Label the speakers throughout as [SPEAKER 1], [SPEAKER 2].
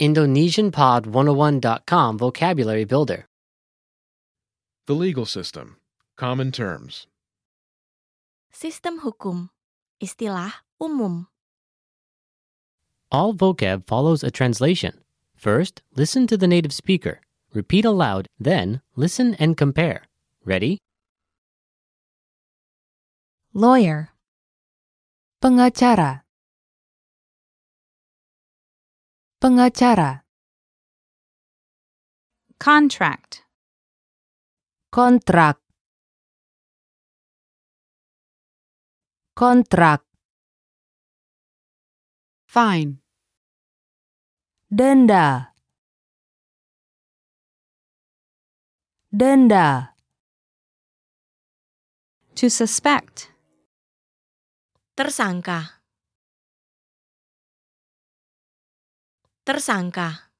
[SPEAKER 1] IndonesianPod101.com Vocabulary Builder.
[SPEAKER 2] The legal system. Common terms.
[SPEAKER 3] Sistem hukum. Istilah umum.
[SPEAKER 1] All vocab follows a translation. First, listen to the native speaker. Repeat aloud, then, listen and compare. Ready?
[SPEAKER 3] Lawyer.
[SPEAKER 4] Pengacara. Pengacara.
[SPEAKER 5] contract,
[SPEAKER 4] Kontrak. Kontrak.
[SPEAKER 5] fine,
[SPEAKER 4] Denda. Denda.
[SPEAKER 5] to suspect,
[SPEAKER 3] Tersangka. Tersangka.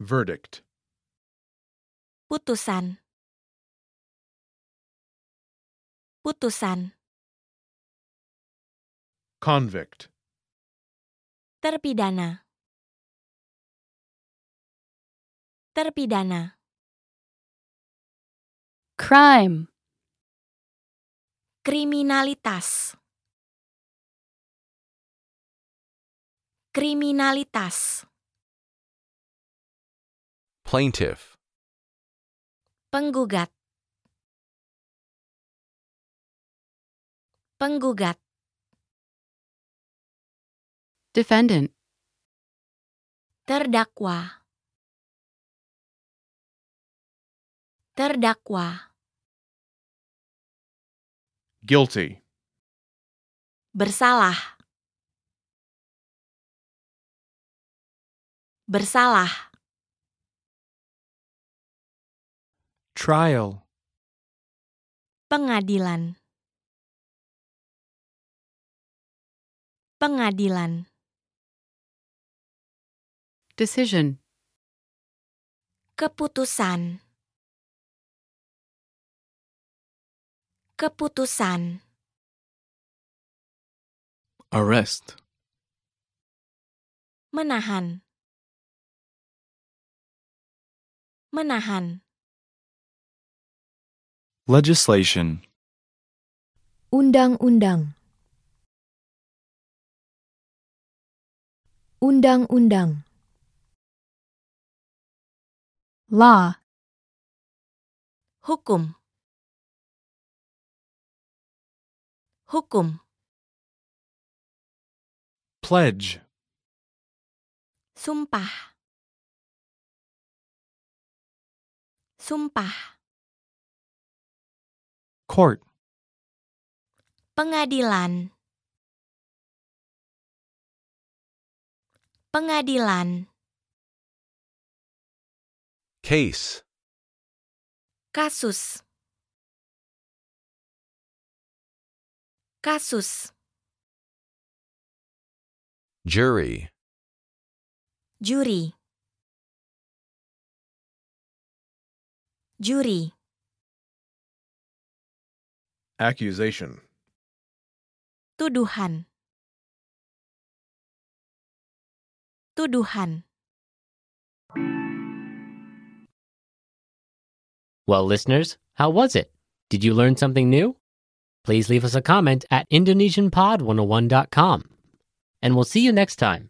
[SPEAKER 2] Verdict.
[SPEAKER 3] Putusan. Putusan.
[SPEAKER 2] Convict.
[SPEAKER 3] Terpidana. Terpidana.
[SPEAKER 4] Crime.
[SPEAKER 3] Kriminalitas. Kriminalitas.
[SPEAKER 6] plaintiff,
[SPEAKER 3] Penggugat. Penggugat.
[SPEAKER 5] defendant,
[SPEAKER 3] Terdakwa. Terdakwa.
[SPEAKER 2] Guilty.
[SPEAKER 3] Bersalah. Bersalah.
[SPEAKER 7] trial,
[SPEAKER 3] Pengadilan. Pengadilan.
[SPEAKER 5] decision,
[SPEAKER 3] Keputusan. Keputusan.
[SPEAKER 8] arrest,
[SPEAKER 3] Menahan. Menahan.
[SPEAKER 8] legislation,
[SPEAKER 4] Undang-undang. Undang-undang.
[SPEAKER 5] law,
[SPEAKER 3] Hukum. Hukum.
[SPEAKER 7] pledge,
[SPEAKER 3] Sumpah. Sumpah.
[SPEAKER 7] court,
[SPEAKER 3] Pengadilan. Pengadilan.
[SPEAKER 6] case,
[SPEAKER 3] Kasus. Kasus.
[SPEAKER 6] jury,
[SPEAKER 3] Juri. Juri.
[SPEAKER 2] Accusation.
[SPEAKER 3] Tuduhan. Tuduhan.
[SPEAKER 1] Well, listeners, how was it? Did you learn something new? oh Please leave us a comment at IndonesianPod101.com. And we'll see you next time.